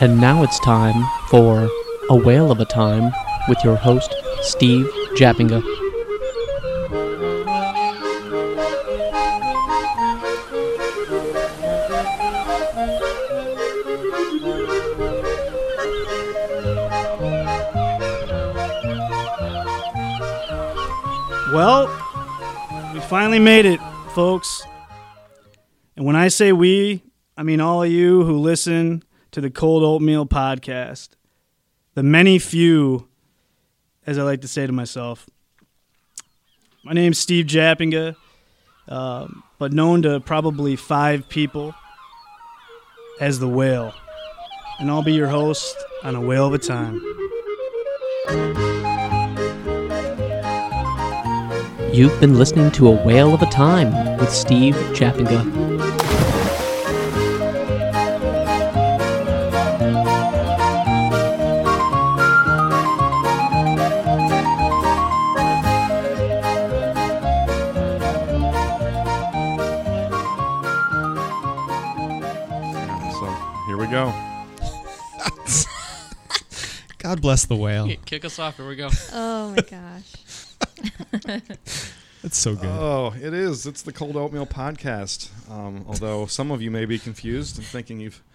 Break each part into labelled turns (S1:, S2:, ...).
S1: And now it's time for A Whale of a Time with your host, Steve Japinga.
S2: Well, we finally made it, folks. And when I say we, I mean all of you who listen to the Cold Oatmeal podcast. The many few, as I like to say to myself. My name's Steve Japinga, um, but known to probably five people as the whale. And I'll be your host on A Whale of a Time.
S1: You've been listening to A Whale of a Time with Steve Japinga.
S3: So here we go.
S4: God bless the whale.
S1: Kick us off. Here we go.
S5: Oh my gosh.
S4: It's so good.
S3: Oh, it is. It's the Cold Oatmeal Podcast. Um, although some of you may be confused and thinking you've.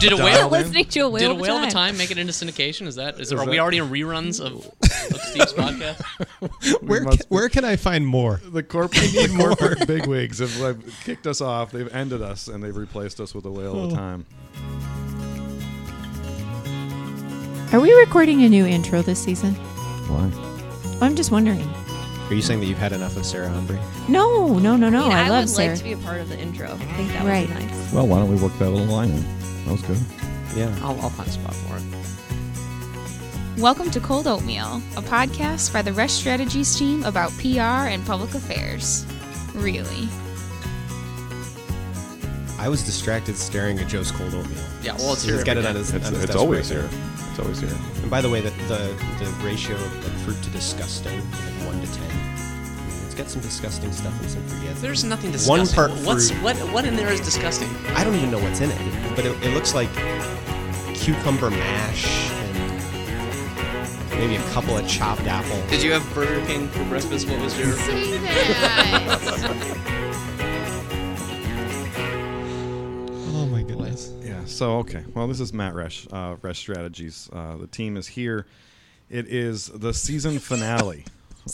S6: Did a
S3: Dial in.
S6: whale?
S5: Listening to a whale,
S6: Did a
S5: of, a
S6: whale
S5: time.
S6: of a time make it into syndication? Is that is,
S3: Is
S6: are
S3: that-
S6: we already in reruns of, of Steve's podcast?
S4: where
S3: must
S4: can, where can I find more?
S3: The corporate, the corporate bigwigs have like, kicked us off. They've ended us and they've replaced us with a whale of a time.
S5: Are we recording a new intro this season?
S3: Why?
S5: I'm just wondering.
S7: Are you saying that you've had enough of Sarah Humphrey?
S5: No, no, no, no.
S8: I, mean, I
S5: love
S8: would
S5: Sarah.
S8: like to be a part of the intro. I think that
S5: Right.
S8: would be nice.
S3: Well, why don't we work that little line in? That was good.
S7: Yeah.
S6: I'll, I'll find a spot for it.
S9: Welcome to Cold Oatmeal, a podcast by the Rush Strategies team about PR and public affairs. Really.
S7: I was distracted staring at Joe's cold oatmeal.
S6: Yeah, well, it's here.
S7: He's got
S6: every
S7: it on
S6: day.
S7: his.
S3: It's,
S7: on his
S3: it's
S7: desk
S3: always
S7: right
S3: here. It's always here.
S7: now. And by the way, the the, the ratio of like, fruit to disgusting, like one to ten. It's got some disgusting stuff and some fruit. Yeah,
S6: There's nothing
S7: One
S6: disgusting.
S7: part
S6: What's
S7: fruit.
S6: what? What in there is disgusting?
S7: I don't even know what's in it, but it, it looks like cucumber mash and maybe a couple of chopped apple.
S6: Did you have Burger King for breakfast? What was your?
S9: Say that.
S4: Oh my goodness.
S3: Yeah. So okay. Well, this is Matt Resch, uh, Resch Strategies. Uh, the team is here. It is the season finale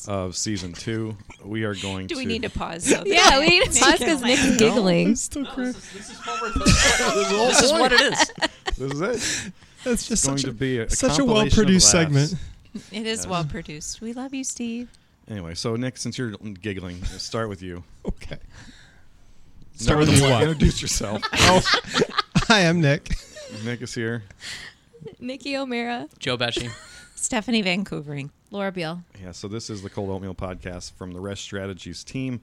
S3: of season two. We are going
S8: Do
S3: to.
S8: we need to pause? So
S5: yeah, we need to pause
S8: it
S5: because
S8: laugh.
S5: Nick's giggling.
S4: Still crazy.
S6: this is what it is.
S3: This is it.
S4: That's just
S3: It's going
S4: such
S3: to
S4: a,
S3: be a,
S4: such a
S3: compilation of
S4: well-produced
S3: laughs.
S4: segment.
S8: It is well produced. We love you, Steve.
S3: Anyway, so Nick, since you're giggling, let's start with you.
S4: Okay. Start
S3: No,
S4: with the what?
S3: Introduce yourself.
S4: Oh, hi, I'm Nick.
S3: Nick is here.
S9: Nikki O'Mara.
S6: Joe Beshy.
S5: Stephanie Vancouvering. Laura Beal.
S3: Yeah, so this is the Cold Oatmeal podcast from the Rest Strategies team.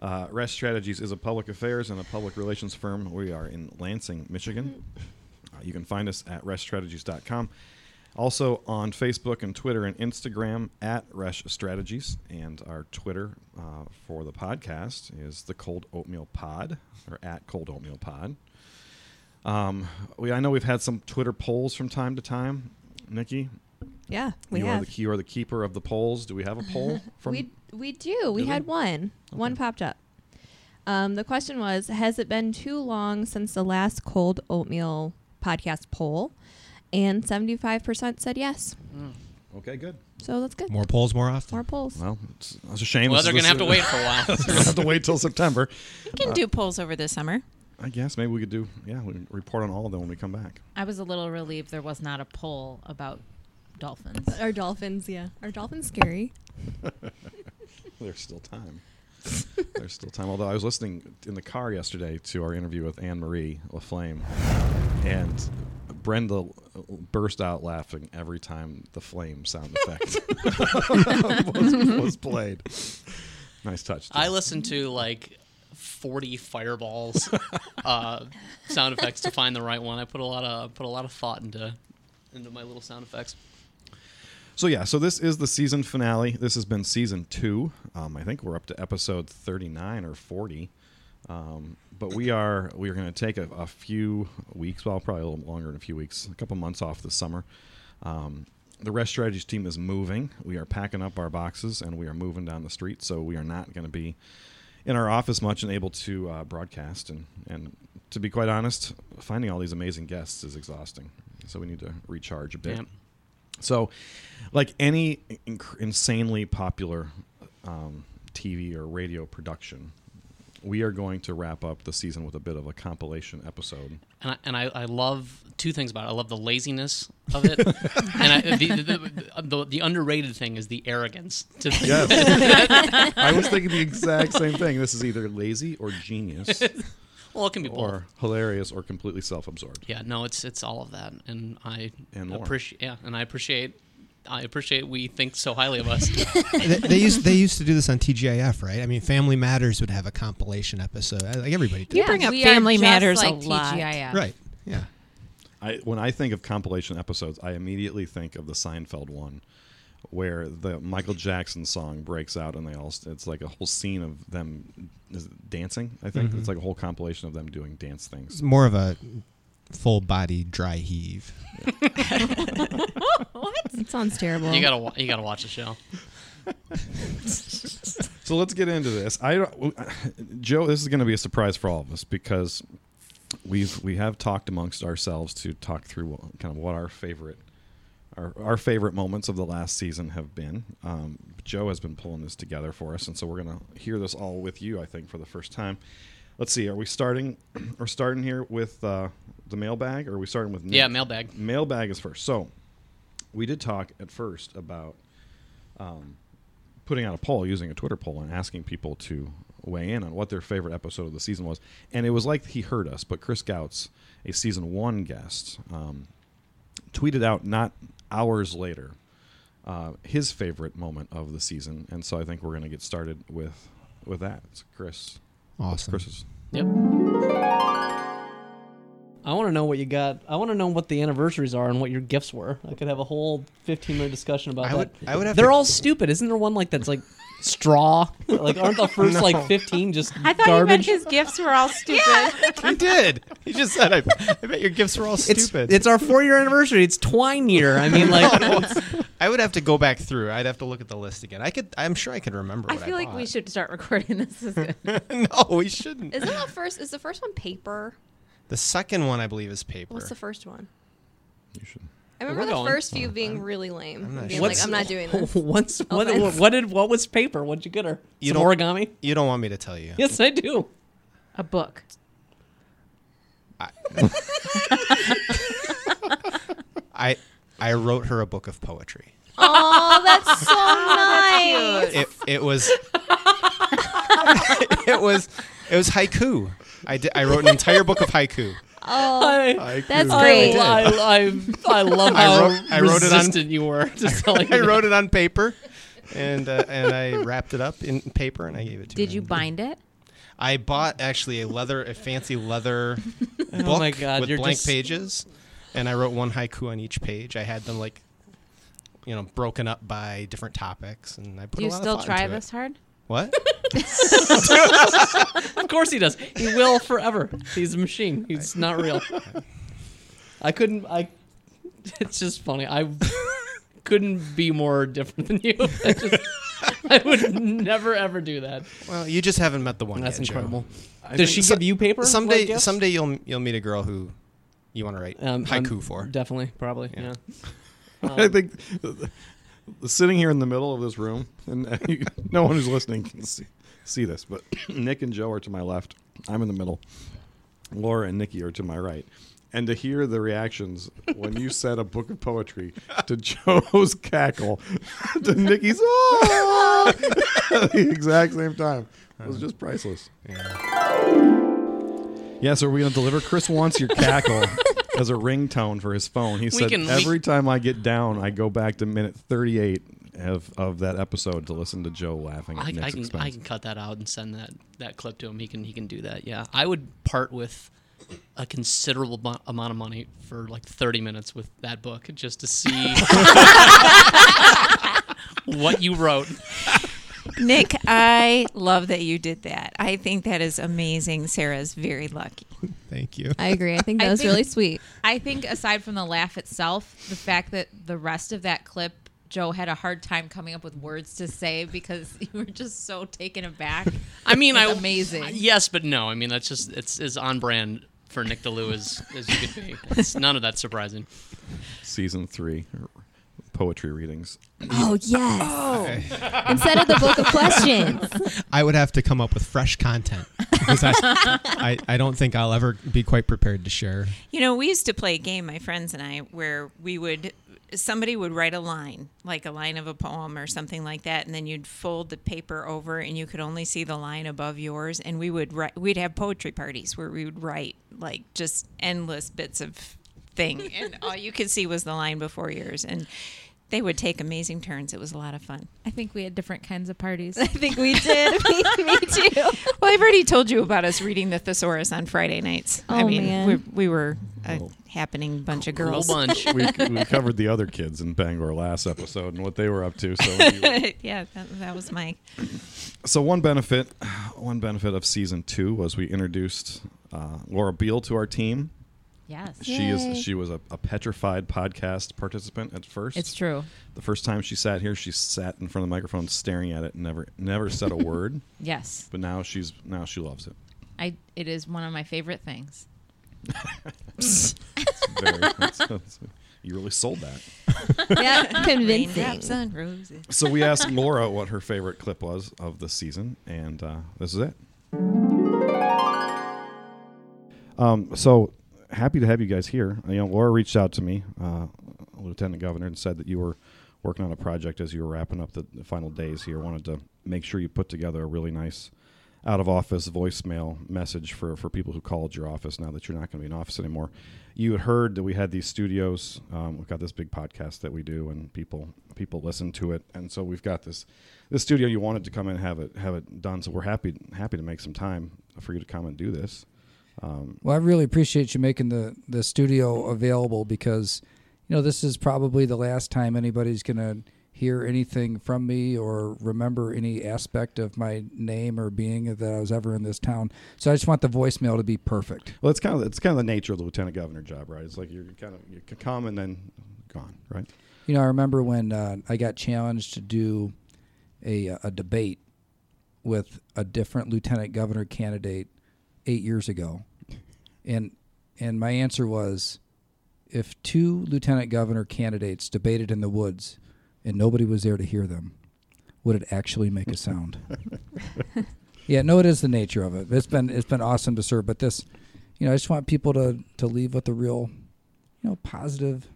S3: Uh, Rest Strategies is a public affairs and a public relations firm. We are in Lansing, Michigan. Uh, you can find us at reststrategies.com. Also on Facebook and Twitter and Instagram at Resh Strategies. And our Twitter uh, for the podcast is the Cold Oatmeal Pod or at Cold Oatmeal Pod. Um, we, I know we've had some Twitter polls from time to time. Nikki,
S5: Yeah, we
S3: you are
S5: have.
S3: the you are the keeper of the polls. Do we have a poll from?
S9: we we do. We
S3: Do
S9: had
S3: we?
S9: one. One
S3: Okay.
S9: popped up. Um, the question was: Has it been too long since the last cold oatmeal podcast poll? And seventy-five percent said yes.
S3: okay, good.
S9: So that's good.
S4: More polls, more often.
S9: More polls.
S3: Well, it's, it's a shame.
S6: Well,
S3: This
S6: they're
S3: is-
S6: gonna have to wait for a while.
S3: They're gonna have to wait till September. Uh,
S5: We can do polls over the summer.
S3: I guess maybe we could do. Yeah, we can report on all of them when we come back.
S10: I was a little relieved there was not a poll about dolphins.
S9: Our dolphins, yeah. Are dolphins scary?
S3: There's still time. There's still time. Although I was listening in the car yesterday to our interview with Anne Marie LaFlame, and Brenda burst out laughing every time the flame sound effect was, was played. Nice touch.
S6: I listened to like 40 fireballs uh, sound effects to find the right one. I put a lot of put a lot of thought into into my little sound effects.
S3: So yeah, so this is the season finale. This has been season two. Um, I think we're up to episode thirty nine or forty. Um, but we are we are going to take a, a few weeks, well, probably a little longer than a few weeks, a couple months off this summer. Um, the Rest Strategies team is moving. We are packing up our boxes and we are moving down the street. So we are not going to be in our office much and able to uh, broadcast. And, and to be quite honest, finding all these amazing guests is exhausting. So we need to recharge a bit.
S6: Yep.
S3: So, like any inc- insanely popular um, TV or radio production, we are going to wrap up the season with a bit of a compilation episode.
S6: and I, and I, I love two things about it. I love the laziness of it, and I, the, the, the, the underrated thing is the arrogance. To think
S3: Yes. I was thinking the exact same thing. This is either lazy or genius.
S6: Well, it can be
S3: or
S6: both.
S3: hilarious or completely self-absorbed.
S6: Yeah, no, it's it's all of that, and I
S3: And more.
S6: appreciate. Yeah, and I appreciate. I appreciate we think so highly of us.
S4: they, they used they used to do this on TGIF, right? I mean, Family Matters would have a compilation episode, uh, like everybody did.
S5: You bring up family matters a lot.
S4: Right. Yeah.
S3: I, when I think of compilation episodes, I immediately think of the Seinfeld one, where the Michael Jackson song breaks out and they all it's like a whole scene of them is it dancing. I think
S4: Mhm.
S3: it's like a whole compilation of them doing dance things.
S4: It's more of a full body dry heave.
S9: what? That sounds terrible.
S6: You gotta wa- you gotta watch the show.
S3: So let's get into this. I don't, Joe, this is going to be a surprise for all of us because we've we have talked amongst ourselves to talk through what, kind of what our favorite our, our favorite moments of the last season have been. Um, Joe has been pulling this together for us, and so we're going to hear this all with you, I think, for the first time. Let's see. Are we starting? We're starting here with uh, the mailbag, or are we starting with Nick?
S6: Yeah, mailbag.
S3: Mailbag is first. So we did talk at first about um, putting out a poll using a Twitter poll and asking people to weigh in on what their favorite episode of the season was. And it was like he heard us, but Chris Gouts, a season one guest, um, tweeted out not hours later uh, his favorite moment of the season. And so I think we're going to get started with with that. It's Chris.
S4: Awesome.
S3: Chris's.
S6: Yep. I want to know what you got. I want to know what the anniversaries are and what your gifts were. I could have a whole 15 minute discussion about
S4: I
S6: that.
S4: would- I would have
S6: They're
S4: to-
S6: all stupid. Isn't there one like that's like straw? like aren't the first
S4: No.
S6: like 15 just
S5: I thought you meant
S6: garbage?
S5: his gifts were all stupid.
S7: He did. He just said, I, I bet your gifts were all
S6: It's
S7: stupid.
S6: it's our 4 year anniversary. It's twine year. I mean like
S7: I would have to go back through. I'd have to look at the list again. I could. I'm sure I could remember.
S10: I
S7: what
S10: feel like we should start recording this. Is good.
S7: bought. no, we shouldn't.
S9: Isn't the first? Is the first one paper?
S7: The second one, I believe, is paper.
S9: What's the first one?
S3: You should.
S9: I
S6: We're
S9: remember the
S6: going.
S9: first few being really lame.
S7: I'm not
S9: being
S7: sure.
S9: like, I'm not doing this.
S6: Once what,
S9: Offense.
S6: what did what was paper? What'd you get her?
S7: You
S6: Some
S7: don't-
S6: origami?
S7: you don't want me to tell you.
S6: Yes, I do.
S10: A book.
S7: I I wrote her a book of poetry.
S9: Oh, that's so nice.
S7: It it was it was it was haiku. I did, I wrote an entire book of haiku.
S9: Oh,
S6: I,
S9: that's
S6: I,
S9: great.
S6: I, I, I love
S7: I
S6: how
S7: wrote- I wrote it on-
S6: resistant you were to selling
S7: I wrote it on paper, and uh, and I wrapped it up in paper and I gave it to.
S10: Did
S7: her.
S10: you bind it?
S7: I bought actually a leather, a fancy leather book
S6: Oh my God,
S7: with
S6: you're
S7: blank
S6: just-
S7: pages, and I wrote one haiku on each page. I had them like, you know, broken up by different topics, and I put. a
S10: Do you
S7: lot of
S10: still
S7: thought
S10: try
S7: into it.
S10: this hard?
S7: What?
S6: Of course he does. He will forever. He's a machine. He's not real. I couldn't. I. It's just funny. I couldn't be more different than you. I, just, I would never ever do that.
S7: well, you just haven't met the one.
S6: That's
S7: yet, Joe.
S6: incredible.
S3: I
S6: Does
S3: think
S6: she
S7: so-
S6: give you paper? like
S7: Someday,
S6: gifts?
S7: someday you'll you'll meet a girl who you want to write
S6: Um, um,
S7: haiku for.
S6: Definitely, probably. Yeah.
S7: Yeah.
S6: Um,
S3: I think sitting here in the middle of this room, and uh, you- no one who's listening can see, see this, but Nick and Joe are to my left. I'm in the middle. Laura and Nikki are to my right. And to hear the reactions when you said a book of poetry to Joe's cackle, to Nikki's "Ah!" at the exact same time was just priceless.
S7: Yeah.
S3: Yeah, so are we going to deliver? Chris wants your cackle as a ringtone for his phone. He said,
S6: can- we-
S3: every time I get down, I go back to minute 38 of, of that episode to listen to Joe laughing at
S6: I,
S3: Nick's
S6: I can
S3: expense.
S6: I can cut that out and send that that clip to him. He can he can do that. Yeah, I would part with a considerable mo- amount of money for like 30 minutes with that book just to see what you wrote.
S8: Nick, I love that you did that. I think that is amazing. Sarah's very lucky.
S4: Thank you.
S9: I agree. I think that was really sweet.
S10: I think aside from the laugh itself, the fact that the rest of that clip, Joe had a hard time coming up with words to say because you were just so taken aback.
S6: I mean,
S10: It's
S6: I
S10: amazing.
S6: Yes, but no. I mean, that's just it's as on brand for Nick DeLue as as you could be. It's none of that surprising.
S3: Season three er, poetry readings.
S9: Oh yes. Instead of the book of questions.
S4: I would have to come up with fresh content because I, I, I don't think I'll ever be quite prepared to share.
S8: You know, we used to play a game, my friends and I, where we would somebody would write a line, like a line of a poem or something like that, and then you'd fold the paper over and you could only see the line above yours and we would write we'd have poetry parties where we would write like just endless bits of thing and all you could see was the line before yours and they would take amazing turns. It was a lot of fun.
S10: I think we had different kinds of parties.
S9: I think we did. me, me too.
S8: Well, I've already told you about us reading the thesaurus on Friday nights. I
S9: Oh,
S8: mean,
S9: man.
S8: We, we were a
S3: Cool.
S8: happening bunch of
S6: Cool
S8: girls.
S6: bunch.
S3: We, we covered the other kids in Bangor last episode and what they were up to. So, we-
S8: yeah, that, that was my
S3: so one benefit, one benefit of season two was we introduced uh, Laura Beal to our team.
S10: Yes.
S3: She
S9: Yay.
S3: is she was a, a petrified podcast participant at first.
S10: It's true.
S3: The first time she sat here, she sat in front of the microphone, staring at it, never never said a word.
S10: Yes.
S3: But now she's now she loves it.
S10: I it is one of my favorite things.
S3: Very, it's- it's- you really sold that.
S9: Yeah,
S8: Raindrops
S9: convincing.
S8: on roses.
S3: So we asked Laura what her favorite clip was of the season, and uh, this is it. Um, so happy to have you guys here. You know, Laura reached out to me, uh, Lieutenant Governor, and said that you were working on a project as you were wrapping up the, the final days here. Wanted to make sure you put together a really nice out of office voicemail message for, for people who called your office now that you're not going to be in office anymore. You had heard that we had these studios. Um, we've got this big podcast that we do, and people people listen to it. And so we've got this this studio. You wanted to come in and have it have it done. So we're happy happy to make some time for you to come and do this. Um,
S11: Well, I really appreciate you making the, the studio available because, you know, this is probably the last time anybody's going to hear anything from me or remember any aspect of my name or being that I was ever in this town. So I just want the voicemail to be perfect.
S3: Well, it's kind of it's kind of the nature of the lieutenant governor job, right? It's like you're kind of you can come and then gone, right?
S11: You know, I remember when uh, I got challenged to do a, a debate with a different lieutenant governor candidate eight years ago, and and my answer was, if two lieutenant governor candidates debated in the woods, and nobody was there to hear them, would it actually make a sound? yeah, no, it is the nature of it. It's been it's been awesome to serve, but this, you know, I just want people to to leave with a real, you know, positive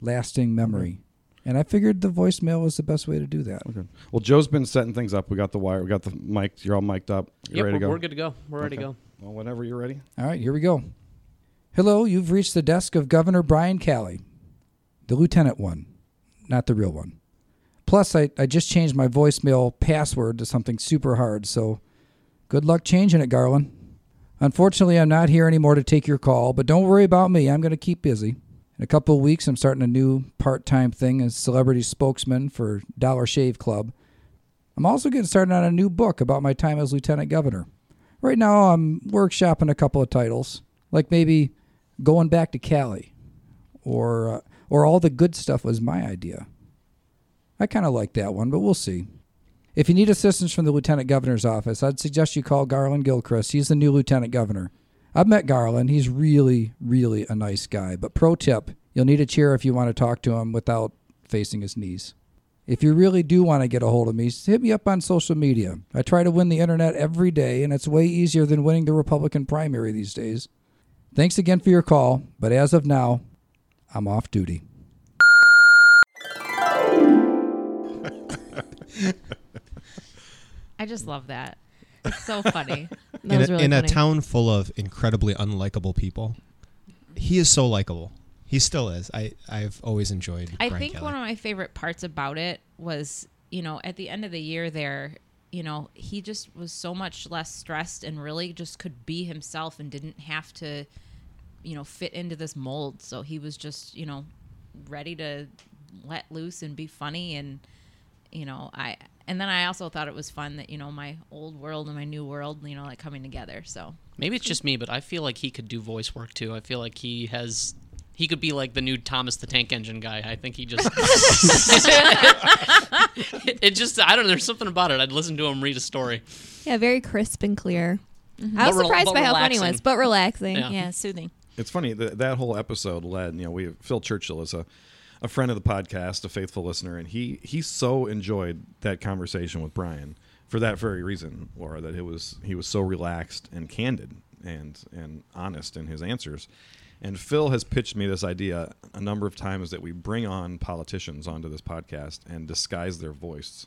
S11: lasting memory. And I figured the voicemail was the best way to do that.
S3: Okay. Well, Joe's been setting things up. We got the wire. We got the mic. You're all mic'd up. You
S6: Yep,
S3: ready
S6: we're,
S3: to go?
S6: we're good to go. We're ready to
S3: Okay.
S6: go.
S3: Well, whenever you're ready.
S11: All right, here we go. Hello, you've reached the desk of Governor Brian Calley, the lieutenant one, not the real one. Plus, I, I just changed my voicemail password to something super hard, so good luck changing it, Garland. Unfortunately, I'm not here anymore to take your call, but don't worry about me. I'm going to keep busy. In a couple of weeks, I'm starting a new part time thing as celebrity spokesman for Dollar Shave Club. I'm also getting started on a new book about my time as lieutenant governor. Right now, I'm workshopping a couple of titles, like maybe going back to Cali, or uh, or all the good stuff was my idea. I kind of like that one, but we'll see. If you need assistance from the lieutenant governor's office, I'd suggest you call Garland Gilchrist. He's the new lieutenant governor. I've met Garland. He's really, really a nice guy. But pro tip: you'll need a chair if you want to talk to him without facing his knees. If you really do want to get a hold of me, s- hit me up on social media. I try to win the internet every day, and it's way easier than winning the Republican primary these days. Thanks again for your call, but as of now, I'm off duty.
S10: I just love that. It's so funny.
S9: That
S4: in
S9: was
S4: a,
S9: really
S4: in
S9: funny.
S4: a town full of incredibly unlikable people, he is so likable. He still is. I I've always enjoyed.
S10: I
S4: Brian
S10: think
S4: Kelly.
S10: one of my favorite parts about it was, you know, at the end of the year there, you know, he just was so much less stressed and really just could be himself and didn't have to, you know, fit into this mold. So he was just, you know, ready to let loose and be funny and you know, I And then I also thought it was fun that you know my old world and my new world, you know, like coming together. So
S6: Maybe it's just me, but I feel like he could do voice work too. I feel like he has. He could be like the new Thomas the Tank Engine guy. I think he just. it, it just. I don't know. There's something about it. I'd listen to him read a story.
S9: Yeah, very crisp and clear. I
S6: Mm-hmm. But
S9: was
S6: rel-
S9: surprised
S6: but
S9: by how funny it was,
S6: relaxing.
S9: but relaxing.
S8: Yeah. Yeah, soothing.
S3: It's funny that that whole episode led. You know, we Phil Churchill is a a friend of the podcast, a faithful listener, and he he so enjoyed that conversation with Brian for that very reason, Laura. That it was he was so relaxed and candid and and honest in his answers. And Phil has pitched me this idea a number of times that we bring on politicians onto this podcast and disguise their voice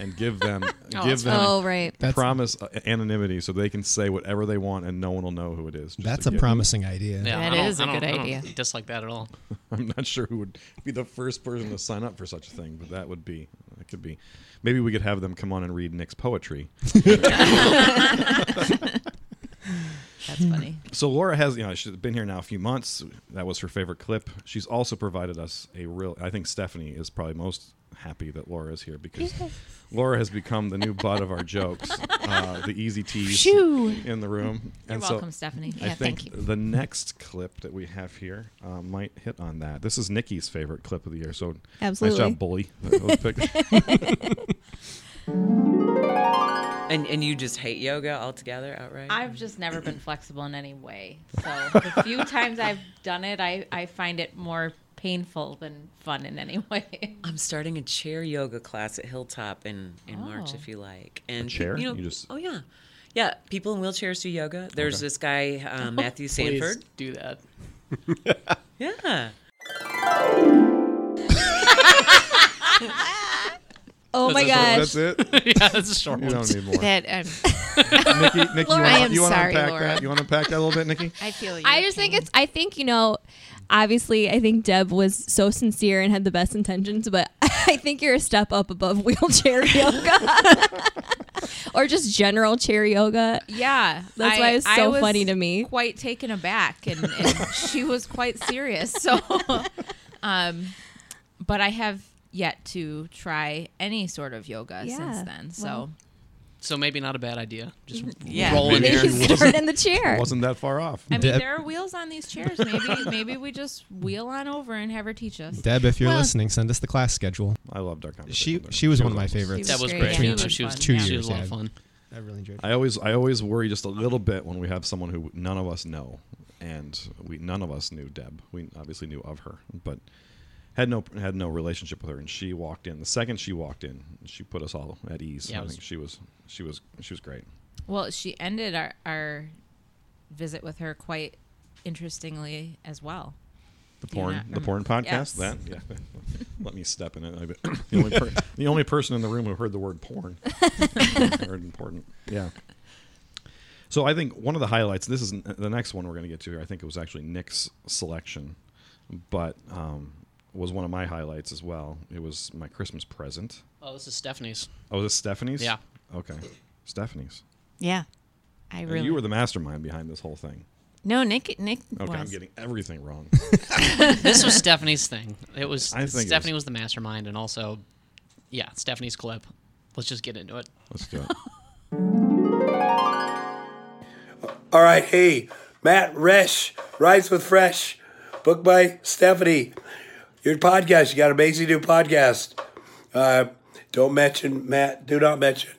S3: and give them
S9: Oh,
S3: give
S9: that's
S3: them
S9: funny. Oh, right. That's-
S3: promise uh, anonymity so they can say whatever they want and no one will know who it is. just
S4: That's
S3: to
S4: a
S3: get-
S4: promising idea.
S6: Yeah,
S5: That
S6: I don't-
S5: is a
S6: I don't-
S5: good
S6: I don't
S5: idea.
S6: Dislike that at all.
S3: I'm not sure who would be the first person to sign up for such a thing, but that would be that could be. Maybe we could have them come on and read Nick's poetry.
S10: That's funny.
S3: So Laura has, you know, she's been here now a few months. That was her favorite clip. She's also provided us a real. I think Stephanie is probably most happy that Laura is here because Laura has become the new butt of our jokes, uh, the easy tease
S10: Shoo.
S3: in the room.
S10: You're welcome, Stephanie.
S3: I
S10: Yeah,
S3: think
S10: thank you.
S3: the next clip that we have here uh, might hit on that. This is Nikki's favorite clip of the year. So
S12: Absolutely.
S3: nice job, bully. That was picked.
S12: And and you just hate yoga altogether, outright?
S10: I've just never been flexible in any way. So the few times I've done it, I, I find it more painful than fun in any way.
S12: I'm starting a chair yoga class at Hilltop in in March,
S10: Oh.
S12: if you like. And pe-
S3: chair?
S12: You know,
S3: You just-
S12: oh yeah, yeah. People in wheelchairs do yoga. There's
S6: Okay.
S12: this guy uh,
S8: Oh.
S12: Matthew
S6: Please
S12: Sanford.
S6: do that.
S12: Yeah.
S9: Oh my
S3: That's
S9: gosh.
S3: it? That's it?
S6: yeah, that's a short
S3: You
S6: one.
S3: don't need more.
S5: That, um,
S3: Nikki, Nikki,
S5: Laura,
S3: you
S5: I
S3: wanna,
S5: am
S3: you wanna
S5: sorry,
S3: unpack
S5: Laura.
S3: that? You want to unpack that a little bit, Nikki?
S5: I feel you.
S9: I just think it's. I think you know. Obviously, I think Deb was so sincere and had the best intentions, but I think you're a step up above wheelchair yoga, or just general chair yoga.
S10: Yeah,
S9: That's why it's so funny to me.
S10: Quite taken aback, and, and she was quite serious. So, um, but I have yet to try any sort of yoga
S9: Yeah,
S10: since then. So
S9: well.
S6: So maybe not a bad idea. Just
S12: Yeah.
S6: roll in
S3: Maybe
S6: there.
S3: you
S6: and-
S9: Start in the chair.
S3: Wasn't that far off.
S10: I mean, there are wheels on these chairs. Maybe maybe we just wheel on over and have her teach us.
S4: Deb, if you're
S10: Well,
S4: listening, send us the class schedule.
S3: I loved our conversation.
S4: She
S3: with her.
S4: she was
S3: She
S4: one of my
S3: was awesome.
S4: favorites.
S6: That was great.
S4: Between
S6: She was- she was-
S4: two
S6: yeah.
S4: years.
S6: She was a lot of
S4: yeah.
S6: fun.
S4: I really enjoyed. it.
S3: I always I always worry just a little bit when we have someone who none of us know, and we none of us knew Deb. We obviously knew of her, but had no had no relationship with her. And she walked in the second she walked in, she put us all at ease.
S6: Yeah, it
S3: I
S6: was-
S3: think she was she was she was great.
S10: Well, she ended our, our visit with her quite interestingly as well.
S3: The
S10: Do you
S3: porn,
S10: not
S3: the porn
S10: remember-
S3: podcast.
S10: Yes.
S3: That, yeah. Let me step in it. The only, per- the only person in the room who heard the word porn. heard important. Yeah. So I think one of the highlights. This is n- the next one we're going to get to here. I think it was actually Nick's selection, but um, was one of my highlights as well. It was my Christmas present.
S6: Oh, this is Stephanie's.
S3: Oh, this Stephanie's.
S6: Yeah.
S3: Okay. Stephanie's.
S8: Yeah. I
S3: And
S8: really.
S3: you were the mastermind behind this whole thing.
S8: no, Nick. Nick.
S3: Okay, I'm
S8: was.
S3: getting everything wrong.
S6: this was Stephanie's thing. It was
S3: I think it
S6: Stephanie was the mastermind, and also, yeah, Stephanie's clip. Let's just get into it.
S3: Let's do it.
S13: All right, hey, Matt Resch, Rides with Fresh, book by Stephanie. Your podcast, you got an amazing new podcast. Uh, don't mention Matt. Do not mention.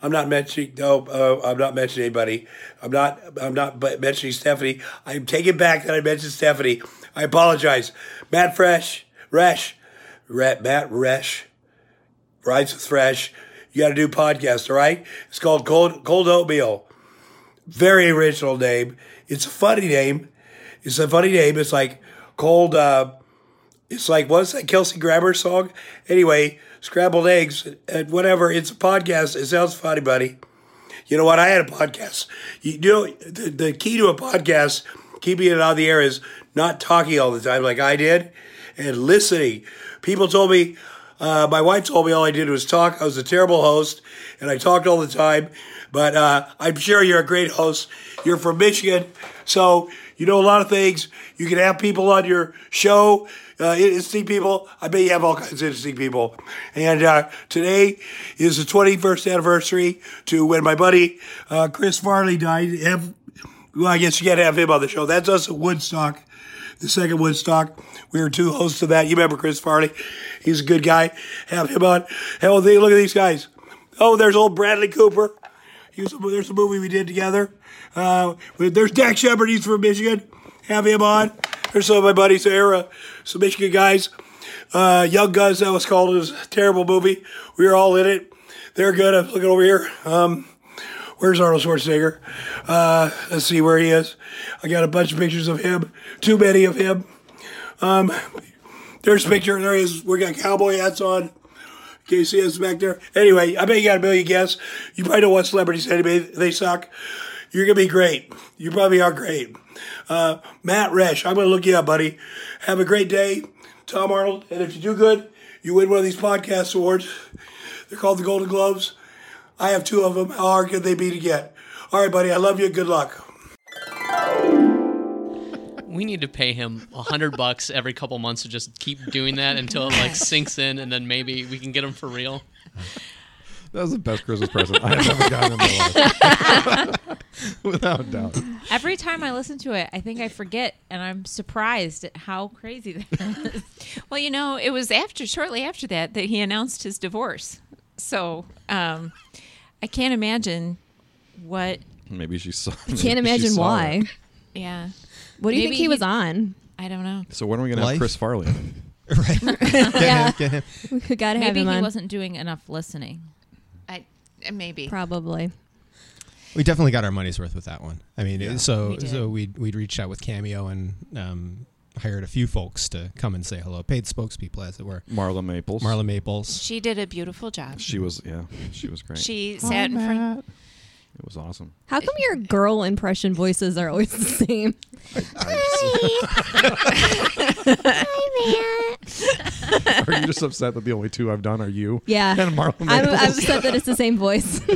S13: I'm not mentioning. No, uh, I'm not mentioning anybody. I'm not. I'm not bu- mentioning Stephanie. I'm taking back that I mentioned Stephanie. I apologize. Matt Fresh, Resch, Re- Matt Resch, Rides with Fresh. You got a new podcast, all right? It's called Cold Cold Oatmeal very original name. It's a funny name. It's a funny name. It's like cold. Uh, it's like what's that Kelsey Grammer song? Anyway, scrambled eggs and whatever. It's a podcast. It sounds funny, buddy. You know what? I had a podcast. You know, the, the key to a podcast, keeping it on the air, is not talking all the time like I did and listening. People told me, uh, my wife told me all I did was talk. I was a terrible host and I talked all the time. But uh, I'm sure you're a great host. You're from Michigan, so you know a lot of things. You can have people on your show, uh, interesting people. I bet you have all kinds of interesting people. And uh, today is the 21st anniversary to when my buddy uh, Chris Farley died. Have- well, I guess you got to have him on the show. That's us at Woodstock the second Woodstock. We were two hosts of that. You remember Chris Farley? He's a good guy. Have him on. Hell, they- look at these guys. Oh, there's old Bradley Cooper. He was, there's a movie we did together. Uh, there's Dak Shepard. He's from Michigan. Have him on. There's some of my buddies there, uh, some Michigan guys. Uh, Young Guns, that was called. It was a terrible movie. We were all in it. They're good. I'm looking over here. Um, Where's Arnold Schwarzenegger? Uh, let's see where he is. I got a bunch of pictures of him. Too many of him. Um, there's a picture. There he is. We got cowboy hats on. In case he is back there. Anyway, I bet you got a million guesses. You probably don't want celebrities anyway. They suck. You're gonna be great. You probably are great. Uh, Matt Resch, I'm gonna look you up, buddy. Have a great day, Tom Arnold. And if you do good, you win one of these podcast awards. They're called the Golden Globes. I have two of them. How hard could they be to get? All right, buddy. I love you. Good luck.
S6: We need to pay him a hundred bucks every couple months to just keep doing that until it like sinks in, and then maybe we can get him for real.
S3: That was the best Christmas present I have ever gotten in my life. Without doubt.
S10: Every time I listen to it, I think I forget, and I'm surprised at how crazy that is.
S8: Well, you know, it was after shortly after that that he announced his divorce. So um, I can't imagine what.
S3: Maybe she saw.
S9: I can't imagine why.
S8: Yeah.
S9: What do you
S8: Maybe
S9: think he was
S8: he-
S9: on?
S8: I don't know.
S3: So when are we gonna
S4: Life?
S3: have Chris Farley? on?
S9: yeah.
S4: get him.
S9: We gotta have
S10: Maybe
S9: him
S10: he
S9: on.
S10: wasn't doing enough listening.
S8: I uh, maybe
S9: Probably.
S4: We definitely got our money's worth with that one. I mean, it- so
S8: We did.
S4: so we we reached out with Cameo and um, hired a few folks to come and say hello, paid spokespeople as it were.
S3: Marla Maples.
S4: Marla Maples.
S8: She did a beautiful job.
S3: She was yeah. She was great.
S8: She
S9: Oh,
S8: sat in front.
S3: It was awesome.
S9: How come your girl impression voices are always the same? Hi. Hi, Matt.
S3: are you just upset that the only two I've done are you?
S9: Yeah.
S3: And Marla
S9: I'm,
S3: Maples.
S9: I'm upset that it's the same voice.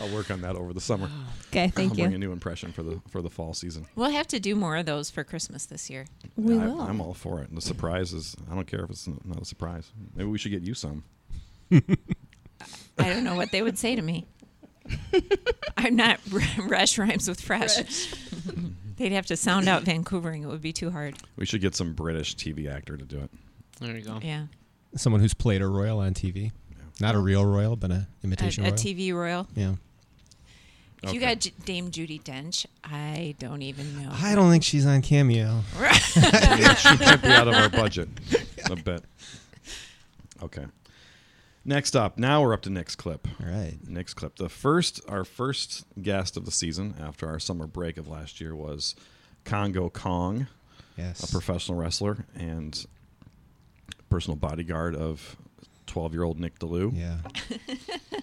S3: I'll work on that over the summer.
S9: Okay, thank
S3: I'll
S9: you.
S3: Bring a new impression for the for the fall season.
S8: We'll have to do more of those for Christmas this year.
S9: We
S3: I,
S9: will.
S3: I'm all for it. And the surprise is, I don't care if it's not a surprise. Maybe we should get you some.
S8: I don't know what they would say to me. I'm not rush rhymes with fresh. They'd have to sound out Vancouvering. It would be too hard.
S3: We should get some British TV actor to do it.
S6: There you go.
S3: Oh,
S8: Yeah.
S4: Someone who's played a royal on TV, not a real royal, but a imitation
S8: a
S4: royal.
S8: TV royal.
S4: Yeah.
S8: If you got J- Dame Judy Dench, I don't even know.
S4: I don't think she's on Cameo.
S3: Yeah, she might be out of our budget a bit. Okay. Next up, now we're up to Nick's clip.
S4: All right.
S3: Nick's clip. The first, our first guest of the season after our summer break of last year was Congo Kong,
S4: Yes.
S3: a professional wrestler and personal bodyguard of 12 year old Nick DeLue.
S4: Yeah.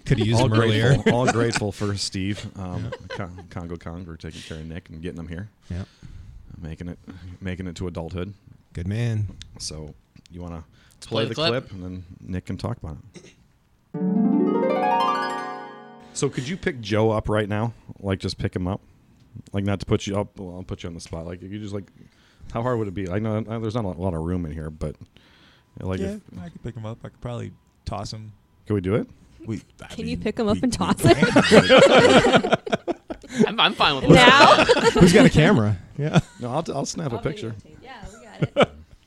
S4: Could have used
S3: all
S4: him earlier.
S3: grateful- all grateful for Steve, um, Con- Congo Kong, for taking care of Nick and getting him here. Uh,
S4: Yeah.
S3: Making it, making it to adulthood.
S4: Good man.
S3: So you want to play,
S6: play the
S3: the
S6: clip.
S3: clip. and then Nick can talk about it. So could you pick Joe up right now? Like just pick him up? Like not to put you up, well, I'll put you on the spot. Like if you just like, how hard would it be? I know uh, there's not a lot of room in here, but like,
S14: yeah,
S3: if,
S14: I could pick him up. I could probably toss him.
S3: can we do it?
S14: We, I
S9: Can
S14: mean,
S9: you pick him up
S14: we-
S9: and
S14: we
S9: toss
S14: can.
S9: it?
S6: I'm, I'm fine with
S9: Now?
S4: Who's got a camera? Yeah.
S3: No, I'll, I'll snap a picture.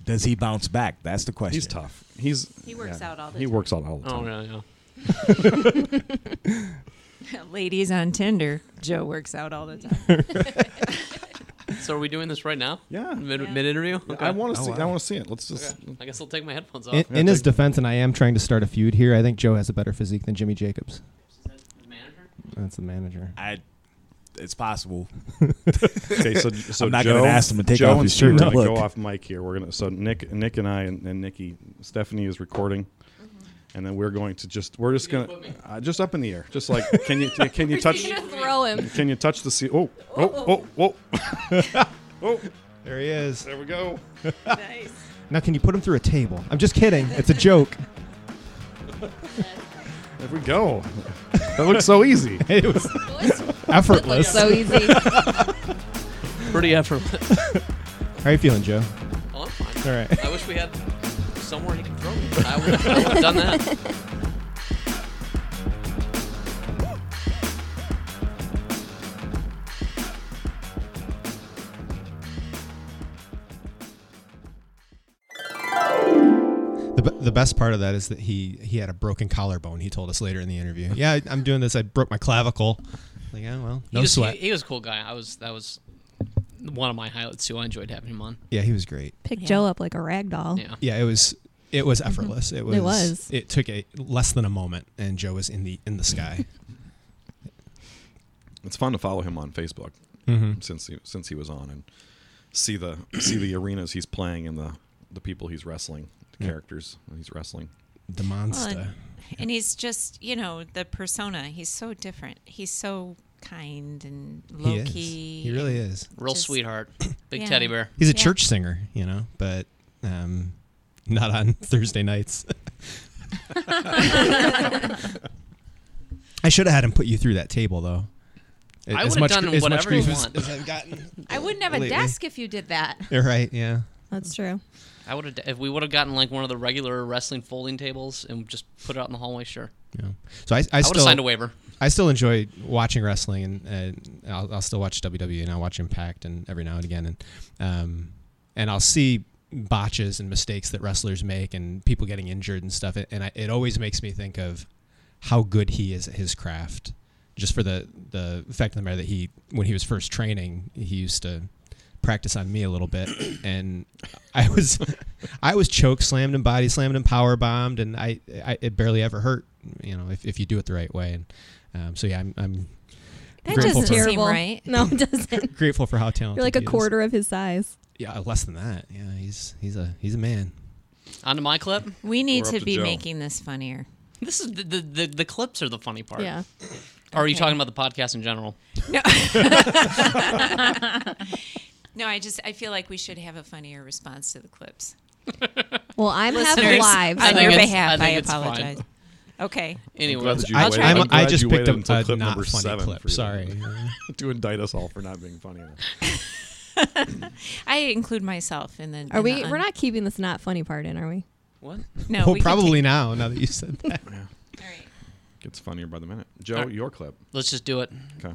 S14: Does he bounce back? That's the question.
S3: He's tough. He's
S8: He works out all the
S3: He
S8: time.
S3: works out all the
S6: Oh,
S3: time.
S8: Ladies on Tinder, Joe works out all the time.
S6: So are we doing this right now?
S3: Yeah.
S6: Mid, interview.
S3: I want to see. I want to see it. Let's just.
S6: I guess I'll take my headphones off.
S4: Oh, In, in his defense, and I am trying to start a feud here. I think Joe has a better physique than Jimmy Jacobs. That's the manager.
S14: I. It's possible.
S3: Okay, so, so
S14: I'm not
S3: Joe,
S14: gonna ask him to take
S3: Joe
S14: off
S3: and
S14: his
S3: Steve
S14: shirt.
S3: Are
S14: and
S3: gonna
S14: look.
S3: go off mic here. We're gonna so Nick, Nick and I and, and Nikki, Stephanie is recording, and then we're going to just we're just gonna uh, just up in the air, just like can you can you touch
S9: gonna throw him.
S3: Can you touch the sea? Oh oh oh oh oh.
S4: There he is.
S3: There we go.
S8: nice.
S4: Now, can you put him through a table? I'm just kidding. It's a joke.
S3: There we go. That looks so easy.
S4: It was effortless.
S6: so easy. Pretty effortless.
S4: How are you feeling, Joe?
S6: Oh, I'm fine.
S4: All right.
S6: I wish we had somewhere he could throw me. I would I would have done that.
S4: The, be- the best part of that is that he he had a broken collarbone. He told us later in the interview. Yeah, I, I'm doing this. I broke my clavicle. Like, yeah, well,
S6: He
S4: no
S6: was-
S4: sweat.
S6: He, he was a cool guy. I was that was one of my highlights too. I enjoyed having him on.
S4: yeah, he was great.
S5: Pick Joe up like a rag doll.
S6: Yeah.
S4: Yeah, it was it was effortless. It was
S5: It was.
S4: It took a less than a moment, and Joe was in the in the sky.
S3: it's fun to follow him on Facebook
S4: Mhm.
S3: since he, since he was on and see the see the arenas he's playing and the the people he's wrestling, the
S4: Yeah.
S3: characters he's wrestling.
S4: the
S8: Well,
S4: monster.
S8: and, and he's just, you know, the persona. He's so different. He's so kind and
S4: he
S8: low
S4: is.
S8: key.
S4: He really is.
S6: Real sweetheart, big
S8: Yeah.
S6: teddy bear.
S4: He's a church singer, you know, but um, not on Thursday nights. I should have had him put you through that table though.
S6: I would
S4: As
S6: have
S4: much-
S6: done
S4: as much
S6: whatever you
S4: grief as-
S6: want.
S4: as I've gotten.
S10: I wouldn't have a
S4: Lately.
S10: desk if you did that.
S4: You're right. Yeah.
S5: That's true.
S6: I would have if we would have gotten like one of the regular wrestling folding tables and just put it out in the hallway. Sure.
S4: Yeah. So I, I,
S6: would've
S4: still
S6: signed a waiver.
S4: I still enjoy watching wrestling, and, and I'll, I'll still watch WWE, and I'll watch Impact, and every now and again, and um, and I'll see botches and mistakes that wrestlers make, and people getting injured and stuff, and I, it always makes me think of how good he is at his craft, just for the the fact of the matter that he when he was first training, he used to practice on me a little bit and I was I was choke slammed and body slammed and power bombed and I, I it barely ever hurt you know if, if you do it the right way and um, so yeah I'm, I'm
S5: That
S4: grateful
S5: doesn't
S4: for,
S5: seem right. No, it doesn't.
S4: grateful for how talented
S5: You're like a
S4: he is.
S5: quarter of his size.
S4: yeah less than that yeah he's he's a he's a man
S6: On to my clip.
S8: We need to, be making this funnier.
S6: This is the, the the the clips are the funny part.
S8: Yeah.
S6: Or are you
S8: Okay.
S6: talking about the podcast in general?
S8: No. no, I just I feel like we should have a funnier response to the clips.
S5: Well, I'm half
S8: Listeners,
S5: alive. I
S8: On
S5: think
S8: your
S5: it's-
S8: behalf,
S5: I
S8: I,
S5: think it's fine.
S8: apologize. Okay.
S3: I'm glad that you
S4: I-
S3: waited-
S4: I'm-
S3: I'm glad
S4: I just
S3: you
S4: picked
S3: waited
S4: up
S3: until
S4: a
S3: clip
S4: not
S3: number
S4: funny
S3: seven
S4: clip.
S3: for you to-
S4: Sorry.
S3: to indict us all for not being funny enough.
S8: I include myself in the.
S5: Are
S8: in
S5: we?
S8: the
S5: We're not keeping this not funny part in, are we?
S6: What?
S8: No,
S4: well
S8: we can
S4: probably now now that you said that
S3: Gets funnier by the minute. Joe,
S6: All right.
S3: your clip.
S6: Let's just do it.
S3: Okay.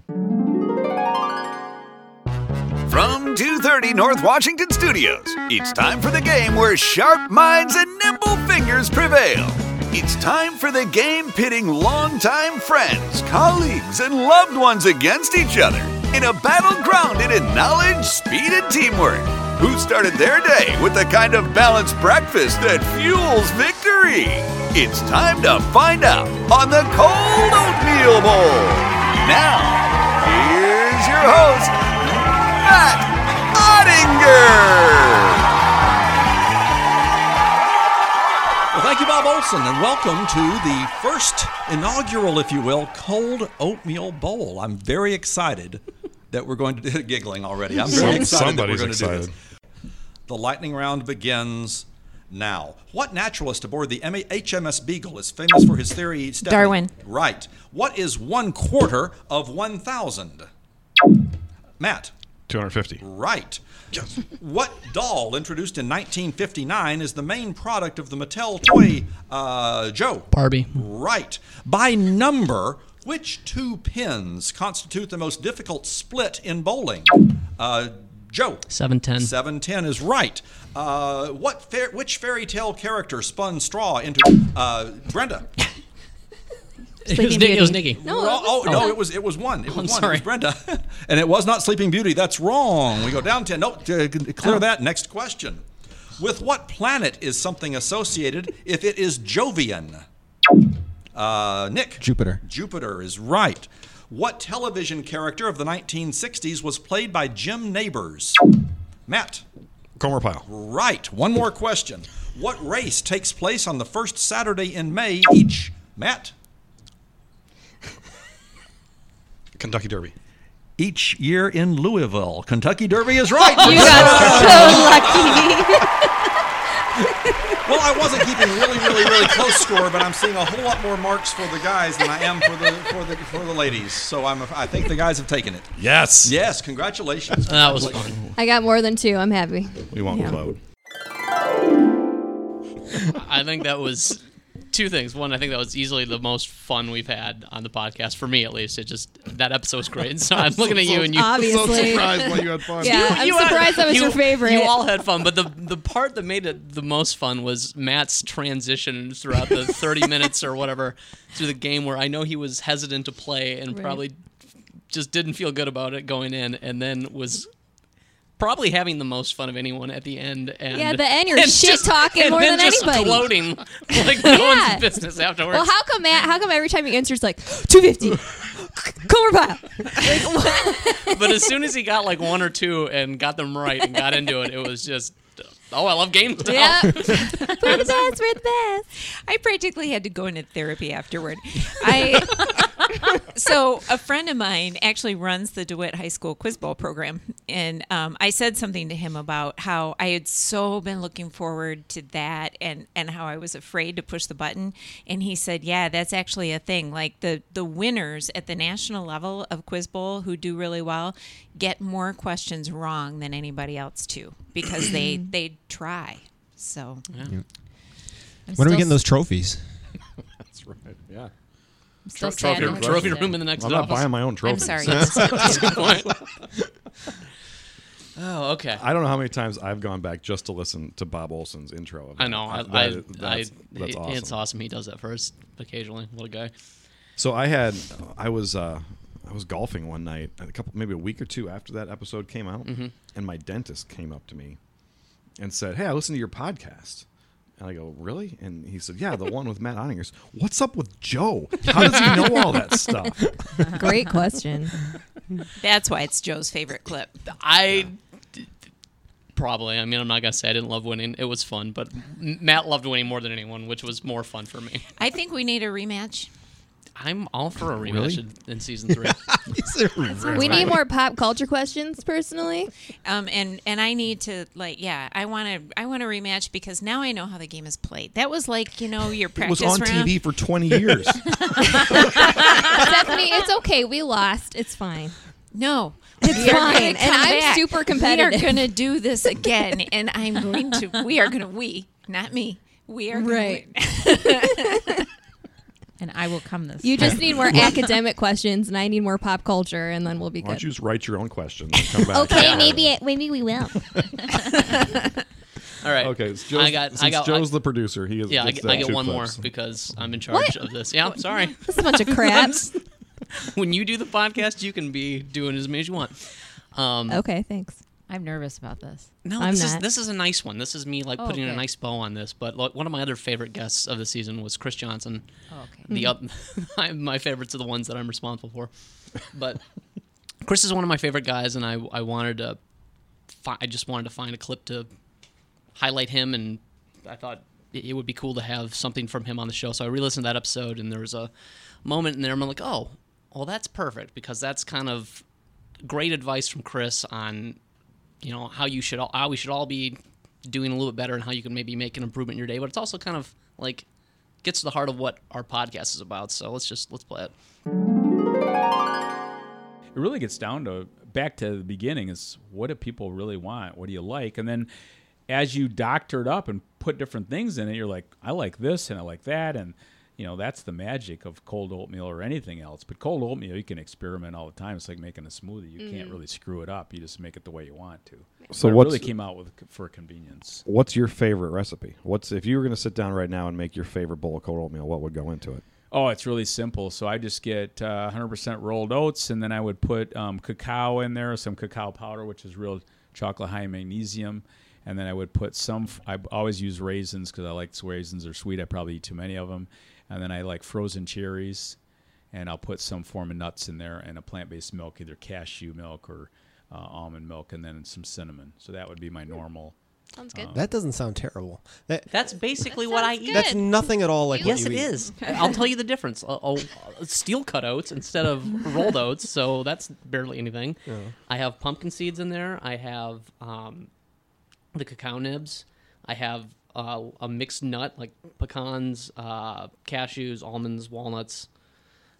S15: From 230 North Washington Studios, it's time for the game where sharp minds and nimble fingers prevail. It's time for the game pitting longtime friends, colleagues, and loved ones against each other in a battle grounded in knowledge, speed, and teamwork. Who started their day with the kind of balanced breakfast that fuels victory? It's time to find out on the Cold Oatmeal Bowl. Now, here's your host, Matt Ottinger.
S16: Well, thank you, Bob Olson, and welcome to the first inaugural, if you will, Cold Oatmeal Bowl. I'm very excited that we're going to do giggling already. I'm very
S3: Some-
S16: excited that we're
S3: somebody's
S16: going to do this.
S3: excited.
S16: The lightning round begins now. What naturalist aboard the M- HMS Beagle is famous for his theory? Stephanie?
S8: Darwin.
S16: Right. What is one quarter of 1,000? Matt.
S3: 250.
S16: Right. What doll introduced in 1959 is the main product of the Mattel toy, uh, Joe?
S6: Barbie.
S16: Right. By number, which two pins constitute the most difficult split in bowling? Uh, Joe?
S6: 710.
S16: 710 is right. Uh, what fair, which fairy tale character spun straw into uh, Brenda?
S6: It was, Nick, it was Nikki.
S16: No, oh no, it was it was one.
S6: I'm
S16: It was one. It
S6: sorry.
S16: was Brenda, and it was not Sleeping Beauty. That's wrong. We go down ten. No, uh,
S6: Oh.
S16: clear that. Next question. With what planet is something associated if it is Jovian? Uh, Nick.
S4: Jupiter.
S16: Jupiter is right. What television character of the 1960s was played by Jim Neighbors? Matt.
S3: Comer Pyle.
S16: Right. One more question. What race takes place on the first Saturday in May each? Matt.
S3: Kentucky Derby.
S16: Each year in Louisville, Kentucky Derby is right.
S15: You
S16: Virginia.
S15: got
S5: so lucky.
S16: Well, I wasn't keeping really, really, really close score, but I'm seeing a whole lot more marks for the guys than I am for the for the for the ladies. So I'm I think the guys have taken it.
S3: Yes.
S16: Yes. Congratulations.
S6: That was
S9: I got more than two. I'm happy.
S3: We want
S9: Yeah.
S3: Claude.
S6: I think that was two things. One, I think that was easily the most fun we've had on the podcast for me, at least. It just that episode was great. And so I'm
S16: so-
S6: looking at you,
S16: so-
S6: and you
S9: Obviously. Yeah, I'm surprised that was
S6: you-
S9: your favorite.
S6: You all had fun, but the the part that made it the most fun was Matt's transition throughout the 30 minutes or whatever through the game, where I know he was hesitant to play and
S1: Right.
S6: probably just didn't feel good about it going in, and then was. Probably having the most fun of anyone at the end, and
S9: Yeah, the end, you're
S6: and
S9: shit
S6: just-
S9: talking
S6: and
S9: more
S6: then
S9: than
S6: just
S9: anybody.
S6: gloating like no
S9: Yeah.
S6: one's business afterwards.
S9: Well, how come Matt? How come every time he answers, like 250, Comer pile?
S6: but as soon as he got like one or two and got them right and got into it, it was just, oh, I love games now.
S8: Yeah.
S9: We're the best. We're the best.
S8: I practically had to go into therapy afterward. I so a friend of mine actually runs the Dewitt High School Quiz Bowl program, and um, I said something to him about how I had so been looking forward to that, and and how I was afraid to push the button, and he said, "Yeah, that's actually a thing. Like the the winners at the national level of Quiz Bowl who do really well get more questions wrong than anybody else too because they they try." So.
S4: Yeah. When are we getting those trophies?
S3: That's right. Yeah.
S6: still Tro- sad trophy- that I trophy wasn't room there. in the next
S3: I'm not
S6: office.
S3: buying my own
S6: I'm
S3: trophies.
S6: sorry. That's a good point. Oh, okay.
S3: I don't know how many times I've gone back just to listen to Bob Olson's intro. Of
S6: I know. I,
S3: that. That
S6: I,
S3: is- that's,
S6: I,
S3: that's
S6: it-
S3: awesome.
S6: It's awesome. He does that first occasionally. What a guy.
S3: So I had, I was, uh, I was golfing one night, a couple, maybe a week or two after that episode came out,
S6: Mhm.
S3: and my dentist came up to me and said, "Hey, I listened to your podcast." And I go, "Really?" And he said, "Yeah, the one with Matt Ottingers. What's up with Joe? How does he know all that stuff?"
S9: Great question.
S8: That's why it's Joe's favorite clip.
S6: I d- d- probably. I mean, I'm not gonna say I didn't love winning. It was fun, but M- Matt loved winning more than anyone, which was more fun for me.
S8: I think we need a rematch.
S6: I'm all for a rematch
S8: Really?
S6: in, in season three.
S9: we need more pop culture questions, personally.
S8: Um, and and I need to like, yeah, I want to I want to rematch because now I know how the game is played. That was like you know your
S3: It
S8: practice
S3: was on
S8: round.
S3: TV for 20 years.
S9: Stephanie, it's okay. We lost. It's fine.
S8: No,
S9: It's
S8: We are gonna
S9: fine. And
S8: come
S9: I'm
S8: back.
S9: super competitive.
S8: We are gonna do this again, and I'm going to. We are gonna we, not me. We are
S9: Right.
S8: Gonna
S10: and I will come this.
S9: You just
S10: time.
S9: need more academic questions, and I need more pop culture, and then we'll be
S3: Why
S9: good.
S3: don't you just write your own question and come back?
S9: Okay, maybe it, maybe we will.
S6: All right.
S3: Okay, it's
S6: I
S3: Joe's-
S6: got. I
S3: since
S6: got.
S3: Joe's
S6: I-
S3: the producer, he is-
S6: Yeah, I,
S3: gets
S6: get-
S3: to
S6: I
S3: have
S6: get
S3: two
S6: one
S3: clips.
S6: more because I'm in charge of this. Yeah, I'm sorry.
S9: This is a bunch of crap.
S6: when you do the podcast, you can be doing as many as you want. Um,
S9: okay, thanks.
S10: I'm nervous about this.
S6: No,
S9: I'm
S6: this is
S9: not.
S6: this is a nice one. This is me like
S10: Oh,
S6: putting a
S10: okay.
S6: nice bow on this. But look, one of my other favorite guests of the season was Chris Johnson.
S10: Oh, okay.
S9: Mm.
S6: The up, I- my favorites are the ones that I'm responsible for. But Chris is one of my favorite guys, and I I wanted to, fi- I just wanted to find a clip to highlight him, and I thought it it would be cool to have something from him on the show. So I re-listened to that episode, and there was a moment in there. I'm like, oh, well, that's perfect because that's kind of great advice from Chris on you know how you should all how we should all be doing a little bit better and how you can maybe make an improvement in your day but it's also kind of like gets to the heart of what our podcast is about so let's just let's play it
S17: it really gets down to back to the beginning is what do people really want what do you like and then as you doctor it up and put different things in it you're like i like this and i like that and you know that's the magic of cold oatmeal or anything else but cold oatmeal you can experiment all the time it's like making a smoothie you can't
S14: Mhm.
S17: really screw it up you just make it the way you want to
S3: So
S17: But it
S3: what's-
S17: really came out with for convenience
S3: What's your favorite recipe? What's if you were going to sit down right now and make your favorite bowl of cold oatmeal? What would go into it?
S17: Oh, it's really simple. So I just get uh, 100% rolled oats, and then I would put um, cacao in there, some cacao powder, which is real chocolate high in magnesium. And then I would put some, I always use raisins because I like raisins are sweet. I probably eat too many of them. And then I like frozen cherries, and I'll put some form of nuts in there and a plant based milk, either cashew milk or uh, almond milk, and then some cinnamon. So that would be my normal.
S9: Sounds
S17: good.
S4: That doesn't sound terrible. That,
S6: that's basically what i eat
S4: That's nothing at all like what
S6: yes
S4: you
S6: it
S4: eat.
S6: is. i'll tell you the difference I'll, I'll- steel cut oats instead of rolled oats so that's barely anything
S4: Yeah.
S6: i have pumpkin seeds in there i have um, the cacao nibs i have uh, a mixed nut like pecans, uh, cashews, almonds, walnuts.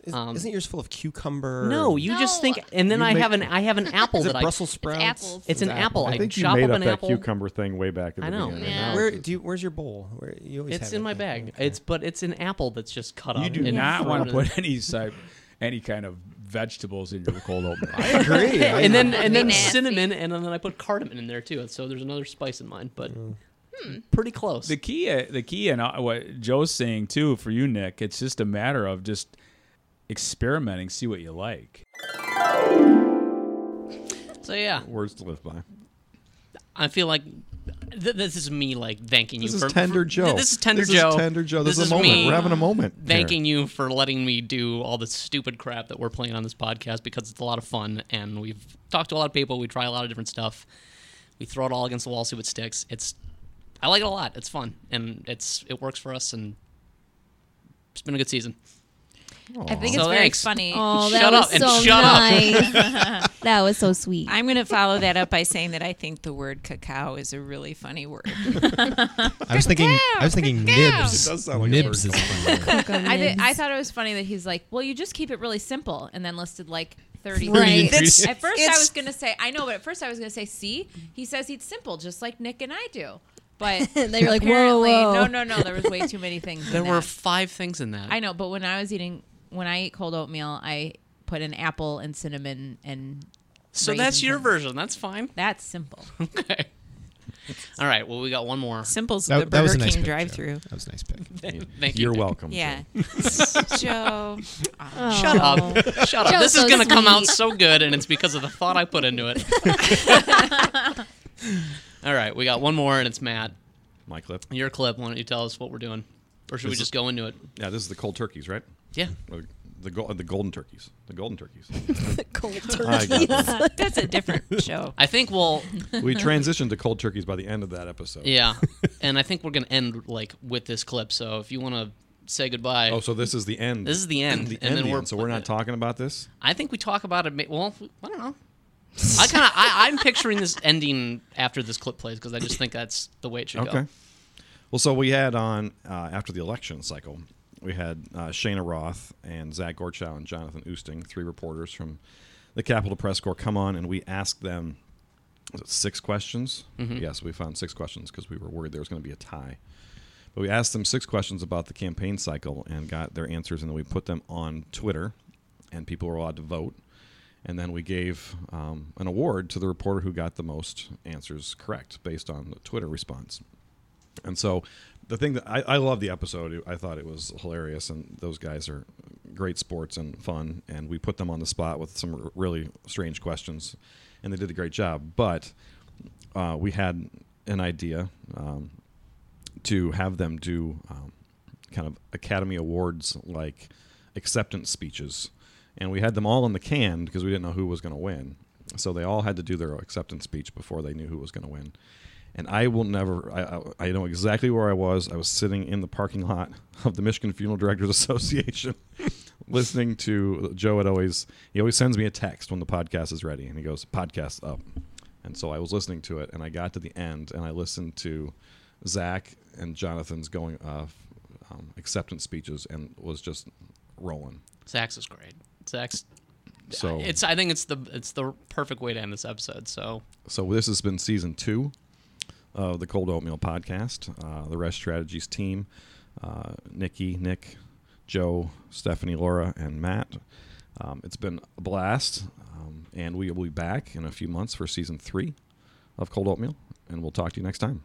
S7: Is, isn't yours full of cucumber?
S6: Um, No, you just think, and then
S7: You
S6: I
S7: make-
S6: have an I have an apple
S7: Is it
S6: that
S7: Brussels
S6: I,
S7: sprouts?
S6: It's, an apple. I,
S3: I think you
S6: chop
S3: made
S6: up
S3: up,
S6: an
S3: that
S6: apple.
S3: cucumber thing way back. At the
S6: I know.
S3: Beginning.
S7: Where do you, where's your bowl? Where you always
S6: It's
S7: have
S6: in
S7: it,
S6: my
S7: right?
S6: bag. It's but it's an apple that's just cut up.
S17: You do
S6: and
S17: not want to
S6: thrown in-
S17: put any type, any kind of vegetables in your cold oatmeal.
S6: I and then and then cinnamon, and then I put cardamom in there too. So there's another spice in mine, but
S4: Mm.
S6: pretty close.
S17: The key, the key, and uh, what Joe's saying too for you, Nick. It's just a matter of just experimenting, see what you like.
S6: So yeah,
S3: Words to live by.
S6: I feel like th- this is me like thanking you.
S3: This is
S6: for,
S3: Tender
S6: for-
S3: Joe.
S6: This is tender
S3: This is
S6: Joe.
S3: Tender Joe. This
S6: This,
S3: is a
S6: is
S3: moment.
S6: me
S3: We're having a moment here.
S6: Thanking you for letting me do all the stupid crap that we're playing on this podcast because it's a lot of fun and we've talked to a lot of people. We try a lot of different stuff. We throw it all against the wall, see what sticks. It's I like it a lot. It's fun and it's it works for us and it's been a good season.
S10: I think
S6: So
S10: it's very
S6: thanks.
S10: funny.
S9: Oh,
S6: Shut
S9: that
S6: up
S9: was
S6: and
S9: so
S6: shut
S9: nice.
S6: up.
S9: that was so sweet.
S8: I'm going to follow that up by saying that I think the word cacao is a really funny word.
S4: I was thinking. I was thinking
S8: Cacao.
S4: nibs.
S8: It does
S3: sound like a
S4: nibs
S3: bird
S4: is a fun word.
S10: I, did, I thought it was funny that he's like, well, you just keep it really simple, and then listed like 30.
S9: Right. That's-
S10: ingredients. At first, I
S9: it's-
S10: was going to say, I know, but at first, I was going to say, see, he says he's simple, just like Nick and I do. But
S9: Then you're like, whoa,
S10: apparently-
S9: whoa.
S10: No, no, no. There was way too many things. in
S6: There were
S10: that.
S6: five things in that.
S10: I know, but when I was eating, when I ate cold oatmeal, I put an apple and cinnamon and.
S6: So
S10: raisins
S6: that's your
S10: in.
S6: version. That's fine.
S10: That's simple.
S6: okay. All right. Well, we got one more.
S8: Simple's
S4: That-
S8: the
S4: that was a
S8: Burger
S4: nice
S8: King
S4: pick, Joe.
S8: drive-through.
S4: That was a nice pick.
S6: Thank
S3: You're welcome.
S8: Yeah, Joe.
S9: Oh.
S6: Shut up. Shut up.
S9: Joe's
S6: this is
S9: so
S6: going to come out
S9: sweet.
S6: so good, and it's because of the thought I put into it. All right, we got one more, and it's Matt.
S3: My clip.
S6: Your clip. Why don't you tell us what we're doing? Or should we
S3: This is-
S6: just go into it?
S3: Yeah, this is the cold turkeys, right?
S6: Yeah.
S3: Or The, go- the golden turkeys. The golden turkeys.
S9: cold
S3: I got
S9: turkeys.
S3: it.
S8: That's a different show.
S6: I think we'll.
S3: we transitioned to cold turkeys by the end of that episode.
S6: Yeah. And I think we're going to end like with this clip. So if you want to say goodbye.
S3: Oh, so this is the end.
S6: This is the end,
S3: The
S6: and
S3: end,
S6: then
S3: the
S6: we're-
S3: end. so we're not talking about this.
S6: I think we talk about it. ma- Well, I don't know. I kind of I, I'm picturing this ending after this clip plays because I just think that's the way it should go.
S3: Okay. Well, so we had on uh, after the election cycle, we had uh, Shana Roth and Zach Gorchow and Jonathan Oosting, three reporters from the Capitol Press Corps, come on, and we asked them was it six questions.
S16: Mhm.
S3: Yes, we found six questions because we were worried there was going to be a tie. But we asked them six questions about the campaign cycle and got their answers, and then we put them on Twitter, and people were allowed to vote. And then we gave um, an award to the reporter who got the most answers correct based on the Twitter response. And so the thing that I, I love the episode, I thought it was hilarious, and those guys are great sports and fun, and we put them on the spot with some r- really strange questions, and they did a great job. But uh, we had an idea um, to have them do um, kind of Academy Awards like acceptance speeches, and we had them all in the can because we didn't know who was going to win. So they all had to do their acceptance speech before they knew who was going to win. And I will never. I, I, I know exactly where I was. I was sitting in the parking lot of the Michigan Funeral Directors Association, listening to Joe. It always he always sends me a text when the podcast is ready, and he goes, "Podcast up." And so I was listening to it, and I got to the end, and I listened to Zach and Jonathan's going uh, um, acceptance speeches, and was just rolling.
S6: Zach's is great. Zach's.
S3: So-
S6: it's. I think it's the it's the perfect way to end this episode. So
S3: So this has been season two of the Cold Oatmeal Podcast. Uh, the Rest Strategies team, uh, Nikki, Nick, Joe, Stephanie, Laura, and Matt. Um, it's been a blast, um, and we will be back in a few months for season three of Cold Oatmeal, and we'll talk to you next time.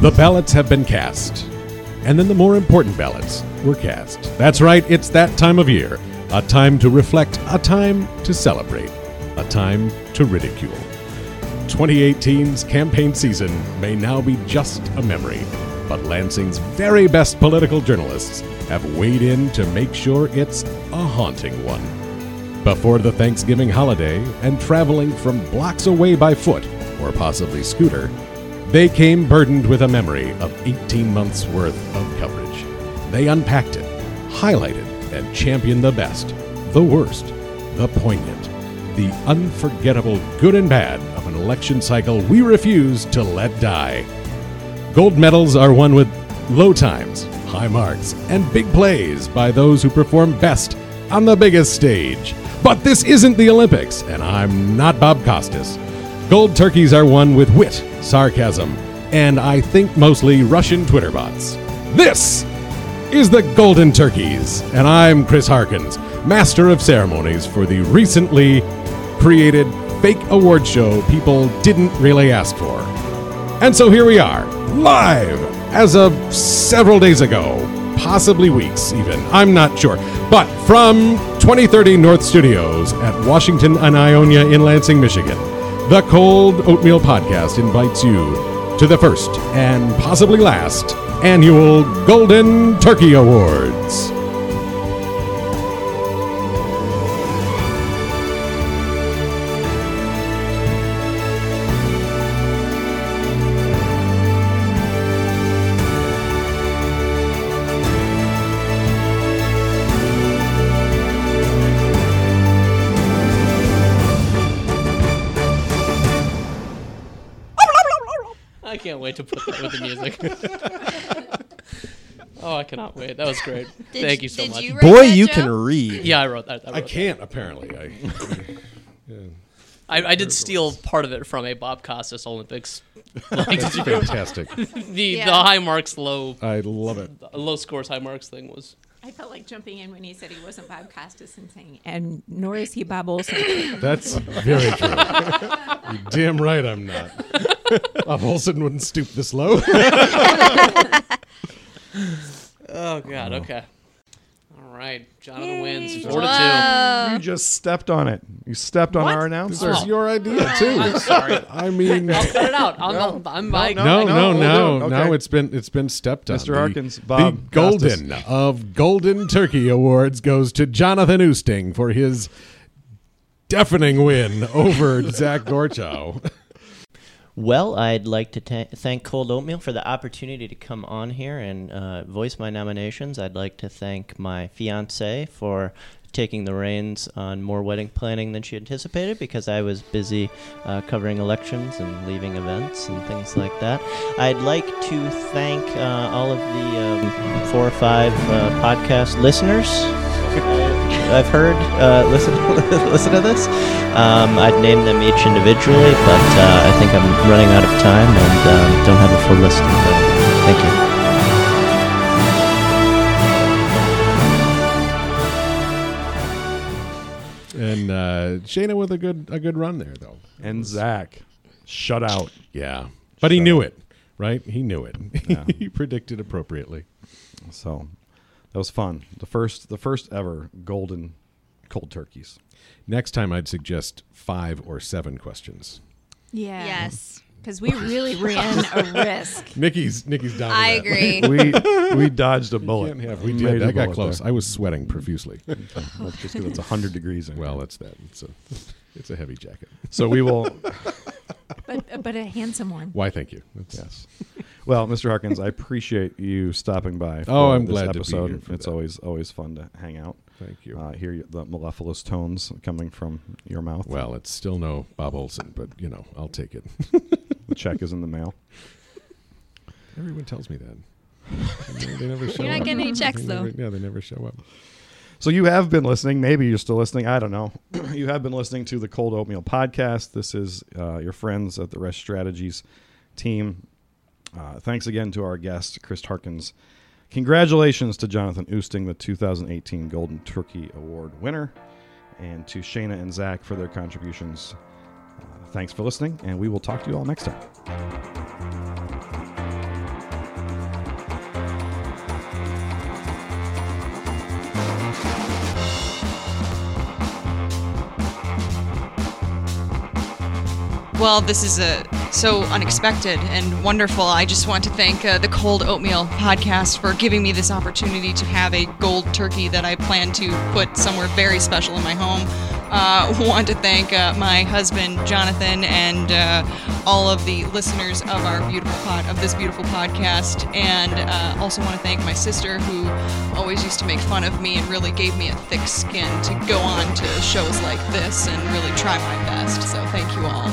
S18: The ballots have been cast. And then the more important ballots were cast. That's right, it's that time of year. A time to reflect, a time to celebrate, a time to ridicule. 2018's campaign season may now be just a memory, but Lansing's very best political journalists have weighed in to make sure it's a haunting one. Before the Thanksgiving holiday and traveling from blocks away by foot or possibly scooter, they came burdened with a memory of 18 months worth of coverage. They unpacked it, highlighted, and championed the best, the worst, the poignant, the unforgettable good and bad of an election cycle we refuse to let die. Gold medals are won with low times, high marks, and big plays by those who perform best on the biggest stage. But this isn't the Olympics, and I'm not Bob Costas. Gold turkeys are won with wit, sarcasm, and I think mostly Russian Twitter bots. This is the Golden Turkeys, and I'm Chris Harkins, Master of Ceremonies for the recently created fake award show people didn't really ask for. And so here we are, live, as of several days ago, possibly weeks even, I'm not sure, but from 2030 North Studios at Washington and Ionia in Lansing, Michigan. The Cold Oatmeal Podcast invites you to the first and possibly last annual Golden Turkey Awards.
S6: I can't wait to put that with the music. oh, I cannot wait. That was great.
S9: Did
S6: Thank
S9: you-
S6: you so
S9: did
S6: much.
S9: you write Boy, that, you Joe? can read.
S6: Yeah, I wrote that. I, wrote
S18: I
S6: that.
S18: can't, apparently. I, yeah.
S6: I, I did steal part of it from a Bob Costas Olympics. Like,
S18: That's
S6: you-
S18: fantastic.
S6: the
S8: Yeah.
S6: the high marks, low.
S18: I love it.
S6: the Low scores, high marks thing was.
S8: I felt like jumping in when he said he wasn't Bob Costas and saying, and nor is he Bob Olson.
S18: That's very true. You're damn right I'm not. Bob Olson wouldn't stoop this low.
S6: Oh God. Okay. All right. Jonathan wins four to
S3: You just stepped on it. You stepped on
S6: What?
S3: our
S18: This
S3: announcer.
S18: was your idea, too.
S6: I'm sorry.
S18: I mean,
S6: I'll cut it out. I'm- I'm- I'm like-
S18: no,
S6: no,
S18: no, no.
S6: we'll do it.
S18: Now
S6: Okay.
S18: it's been it's been stepped on.
S3: Mr.
S18: The-
S3: Harkins,
S18: the
S3: Bob
S18: golden of Golden Turkey Awards goes to Jonathan Oosting for his deafening win over Zach Gorchow.
S19: Well, I'd like to ta- thank Cold Oatmeal for the opportunity to come on here and uh, voice my nominations. I'd like to thank my fiance for taking the reins on more wedding planning than she anticipated because I was busy uh, covering elections and leaving events and things like that. I'd like to thank uh, all of the um, four or five uh, podcast listeners. I've heard. Uh, listen, listen to this. Um, I'd name them each individually, but uh, I think I'm running out of time and um, don't have a full list. Of them. Thank you.
S18: and uh, Shayna with a good a good run there though.
S3: And Zach, shut out.
S18: Yeah, but he knew it, right? He knew it. he predicted appropriately.
S3: So that was fun. The first, the first ever golden cold turkeys.
S18: Next time, I'd suggest five or seven questions.
S8: yeah. Yes. Because we really ran a risk.
S18: Nikki's Nikki's down. with
S8: I
S18: that.
S8: agree.
S3: We- we dodged a bullet.
S18: You can't have- we
S3: We
S18: did.
S3: made a
S18: I got
S3: bullet
S18: close.
S3: there.
S18: I was sweating profusely.
S3: That's just 'cause it's 100 degrees. In
S18: well, that's that. It's a it's a heavy jacket.
S3: So we will.
S8: But, but a handsome one.
S18: Why? Thank you.
S3: yes. Well, Mr. Harkins, I appreciate you stopping by.
S18: Oh, I'm
S3: this
S18: glad to be
S3: episode.
S18: here for
S3: it's always always fun to hang out.
S18: Thank you.
S3: Uh, hear y- the mellifluous tones coming from your mouth.
S18: Well, it's still no Bob Olson, but you know, I'll take it.
S3: the check is in the mail.
S18: Everyone tells me that. They never show
S9: You're not
S18: up.
S9: getting any checks,
S18: They
S9: though.
S18: never- yeah, they never show up.
S3: So you have been listening. Maybe you're still listening. I don't know. you have been listening to the Cold Oatmeal Podcast. This is uh, your friends at the Rest Strategies team. Uh, thanks again to our guest, Chris Harkins. Congratulations to Jonathan Oosting, the 2018 Golden Turkey Award winner, and to Shayna and Zach for their contributions. Uh, thanks for listening, and we will talk to you all next time.
S8: Well, this is a
S20: uh, so unexpected and wonderful. I just want to thank uh, the Cold Oatmeal podcast for giving me this opportunity to have a gold turkey that I plan to put somewhere very special in my home. Uh, want to thank uh, my husband Jonathan and uh, all of the listeners of our beautiful pod of this beautiful podcast, and uh, also want to thank my sister who always used to make fun of me and really gave me a thick skin to go on to shows like this and really try my best. So thank you all.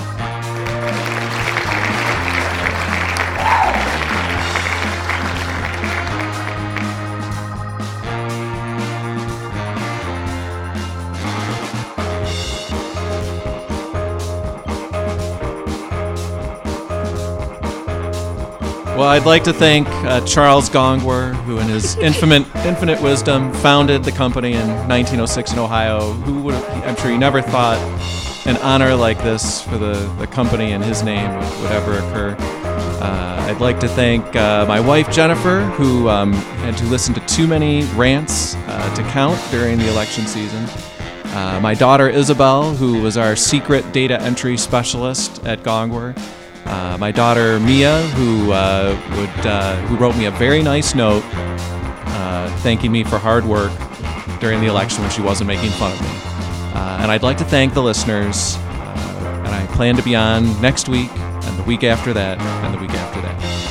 S21: Well, I'd like to thank uh, Charles Gongwer, who, in his infinite infinite wisdom, founded the company in 1906 in Ohio. Who would I'm sure he never thought an honor like this for the, the company and his name would, would ever occur. Uh, I'd like to thank uh, my wife Jennifer, who um, had to listen to too many rants uh, to count during the election season. Uh, my daughter Isabel, who was our secret data entry specialist at Gongwer. Uh, my daughter Mia, who uh, would uh, who wrote me a very nice note uh, thanking me for hard work during the election when she wasn't making fun of me. Uh, and I'd like to thank the listeners. Uh, and I plan to be on next week, and the week after that, and the week after that.